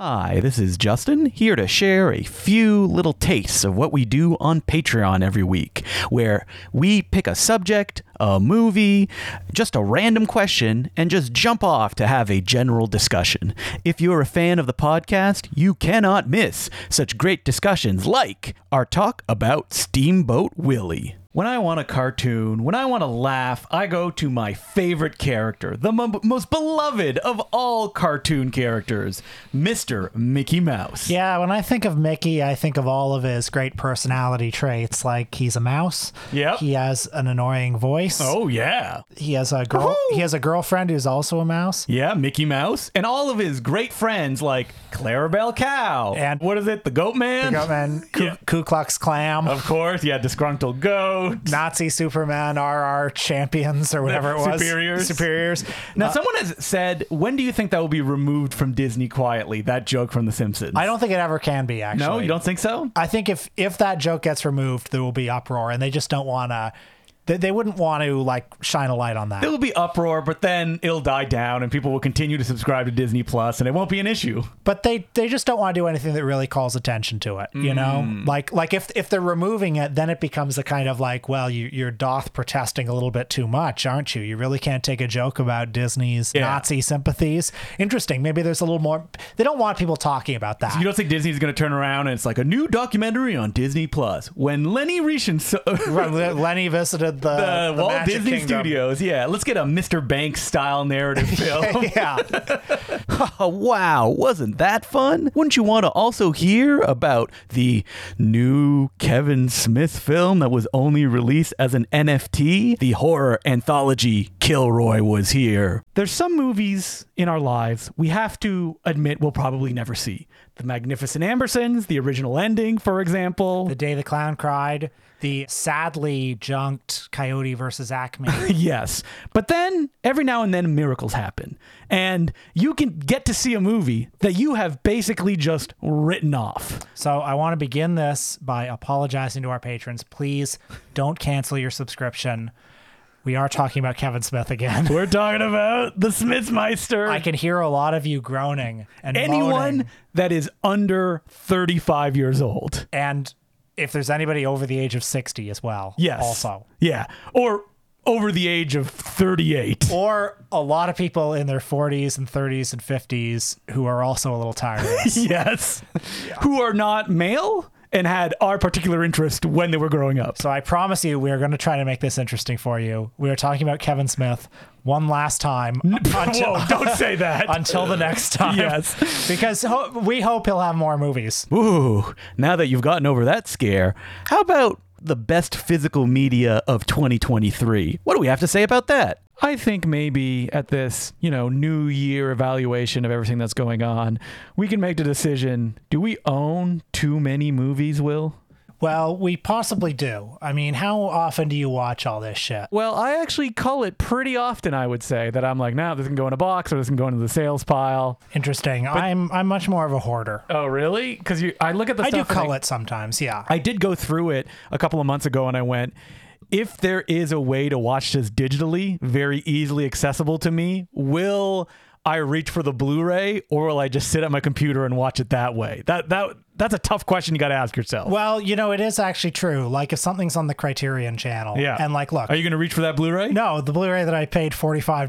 Hi, this is Justin, here to share a few little tastes of what we do on Patreon every week, where we pick a subject, a movie, just a random question, and just jump off to have a general discussion. If you're a fan of the podcast, you cannot miss such great discussions like our talk about Steamboat Willie. When I want a cartoon, when I want to laugh, I go to my favorite character, the m- most beloved of all cartoon characters, Mr. Mickey Mouse. Yeah, when I think of Mickey, I think of all of his great personality traits. Like he's a mouse. Yep. He has an annoying voice. Oh yeah. He has a girl. Woohoo! He has a girlfriend who's also a mouse. Yeah, Mickey Mouse and all of his great friends like Clarabelle Cow And- what is it, the Goat Man? Goatman, Ku, Yeah. Oh. Ku Klux Klan, Of course, yeah, disgruntled goat. Nazi Superman, RR champions, or whatever it was. Superiors. Superiors. Now, Uh, someone has said, when do you think that will be removed from Disney quietly? That joke from The Simpsons. I don't think it ever can be. Actually, No, you don't think so? I think if if that joke gets removed, there will be uproar, and they just don't want to. They, they wouldn't want to like shine a light on that. There will be uproar, but then it'll die down and people will continue to subscribe to Disney Plus and it won't be an issue. but they they just don't want to do anything that really calls attention to it you know Mm. like like if if they're removing it then it becomes a kind of like well you you're doth protesting a little bit too much aren't you you really can't take a joke about disney's Yeah. nazi sympathies interesting maybe there's a little more they don't want people talking about that You don't think Disney's going to turn around and it's like a new documentary on Disney Plus. When Lenny Reichin so- When Le- lenny visited the, uh, the Walt Magic Disney Kingdom. Studios, yeah, let's get a Mr. Banks style narrative film. yeah Oh, wow, wasn't that fun? Wouldn't you want to also hear about the new Kevin Smith film that was only released as an NFT? The horror anthology Kilroy was here. There's some movies in our lives we have to admit we'll probably never see. The Magnificent Ambersons, the original ending, for example. the day the clown cried the sadly junked coyote versus acme yes. But then every now and then miracles happen. And you can get to see a movie that you have basically just written off. So I want to begin this by apologizing to our patrons. Please don't cancel your subscription. We are talking about Kevin Smith again. We're talking about the Smithmeister. I can hear a lot of you groaning and Anyone moaning. that is under 35 years old. and if there's anybody over the age of 60 as well. Yes. Also. Yeah. Or over the age of 38. Or a lot of people in their 40s and 30s and 50s who are also a little tired. of this. yes. Who are not male and had our particular interest when they were growing up. so I promise you, we are going to try to make this interesting for you. We are talking about Kevin Smith one last time until, Whoa, don't say that. until the next time. yes. because ho- we hope he'll have more movies. Ooh, now that you've gotten over that scare, how about the best physical media of 2023? What do we have to say about that? I think maybe at this, you know, new year evaluation of everything that's going on, we can make the decision. Do we own too many movies, Will? Well, we possibly do. I mean, how often do you watch all this shit? Well, I actually call it pretty often, I would say, that I'm like, now nah, this can go in a box or this can go into the sales pile. Interesting. I'm I'm much more of a hoarder. Oh, really? Because you, I look at the I do stuff and cull it sometimes. Yeah. I did go through it a couple of months ago and I went, if there is a way to watch this digitally, very easily accessible to me, will I reach for the Blu-ray or will I just sit at my computer and watch it that way? That that that's a tough question you got to ask yourself. Well, you know, it is actually true. Like, if something's on the Criterion Channel, Yeah. and like, look, Are you going to reach for that Blu-ray? no, the Blu-ray that I paid forty-five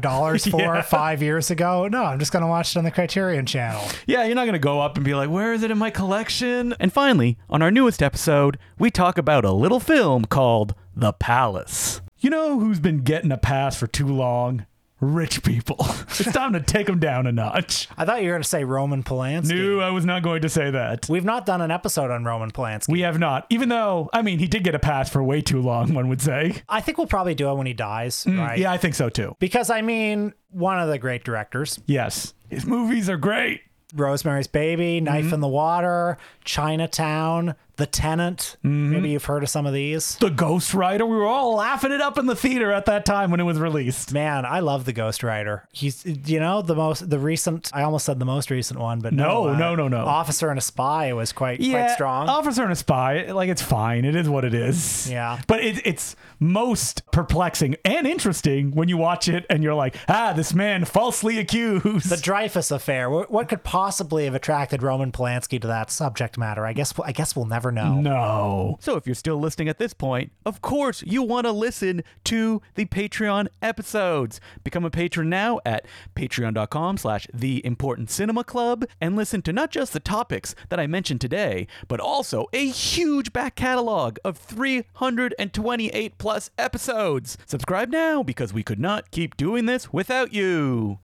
dollars for Yeah. five years ago, no, I'm just gonna watch it on the Criterion Channel. Yeah, you're not going to go up and be like, "Where is it in my collection?" And finally, on our newest episode, we talk about a little film called The Palace. You know who's been getting a pass for too long? Rich people. it's time to take them down a notch. I thought you were gonna say Roman Polanski. No, I was not going to say that. We've not done an episode on Roman Polanski. We have not. Even though, I mean, he did get a pass for way too long, one would say. I think we'll probably do it when he dies, right? Mm, Yeah, I think so too. Because I mean, one of the great directors, Yes. His movies are great. Mm-hmm. Rosemary's Baby, Knife in the Water, Chinatown, The Tenant. Mm-hmm. Maybe you've heard of some of these. The Ghost Rider. We were all laughing it up in the theater at that time when it was released. Man, I love the Ghost Rider. He's, you know, the most, the recent. I almost said the most recent one, but uh, No, no, no, oh. no. Officer and a Spy was quite, quite strong. Officer and a spy, like it's fine. It is what it is. Yeah. But it, it's most perplexing and interesting when you watch it and you're like, ah, this man falsely accused. The Dreyfus affair. Wh- What could possibly have attracted Roman Polanski to that subject matter? I guess. I guess we'll never know. no. So if you're still listening at this point, of course you want to listen to the Patreon episodes. Become a patron now at patreon.com slash the important cinema club and listen to not just the topics that I mentioned today, but also a huge back catalog of 328 plus episodes. Subscribe now because we could not keep doing this without you.